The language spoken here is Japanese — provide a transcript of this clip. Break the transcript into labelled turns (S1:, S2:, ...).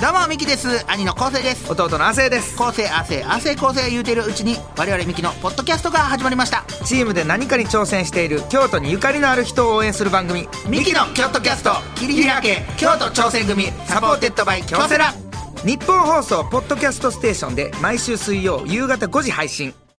S1: どうもミキです兄の昴生です
S2: 弟の亜生です
S1: 昴生亜生亜生昴生言うてるうちに我々ミキのポッドキャストが始まりました
S2: チームで何かに挑戦している京都にゆかりのある人を応援する番組
S1: ミキの京都キャスト切り開け京都挑戦組サポーテッドバイ京セラ
S2: 日本放送ポッドキャストステーションで毎週水曜夕方5時配信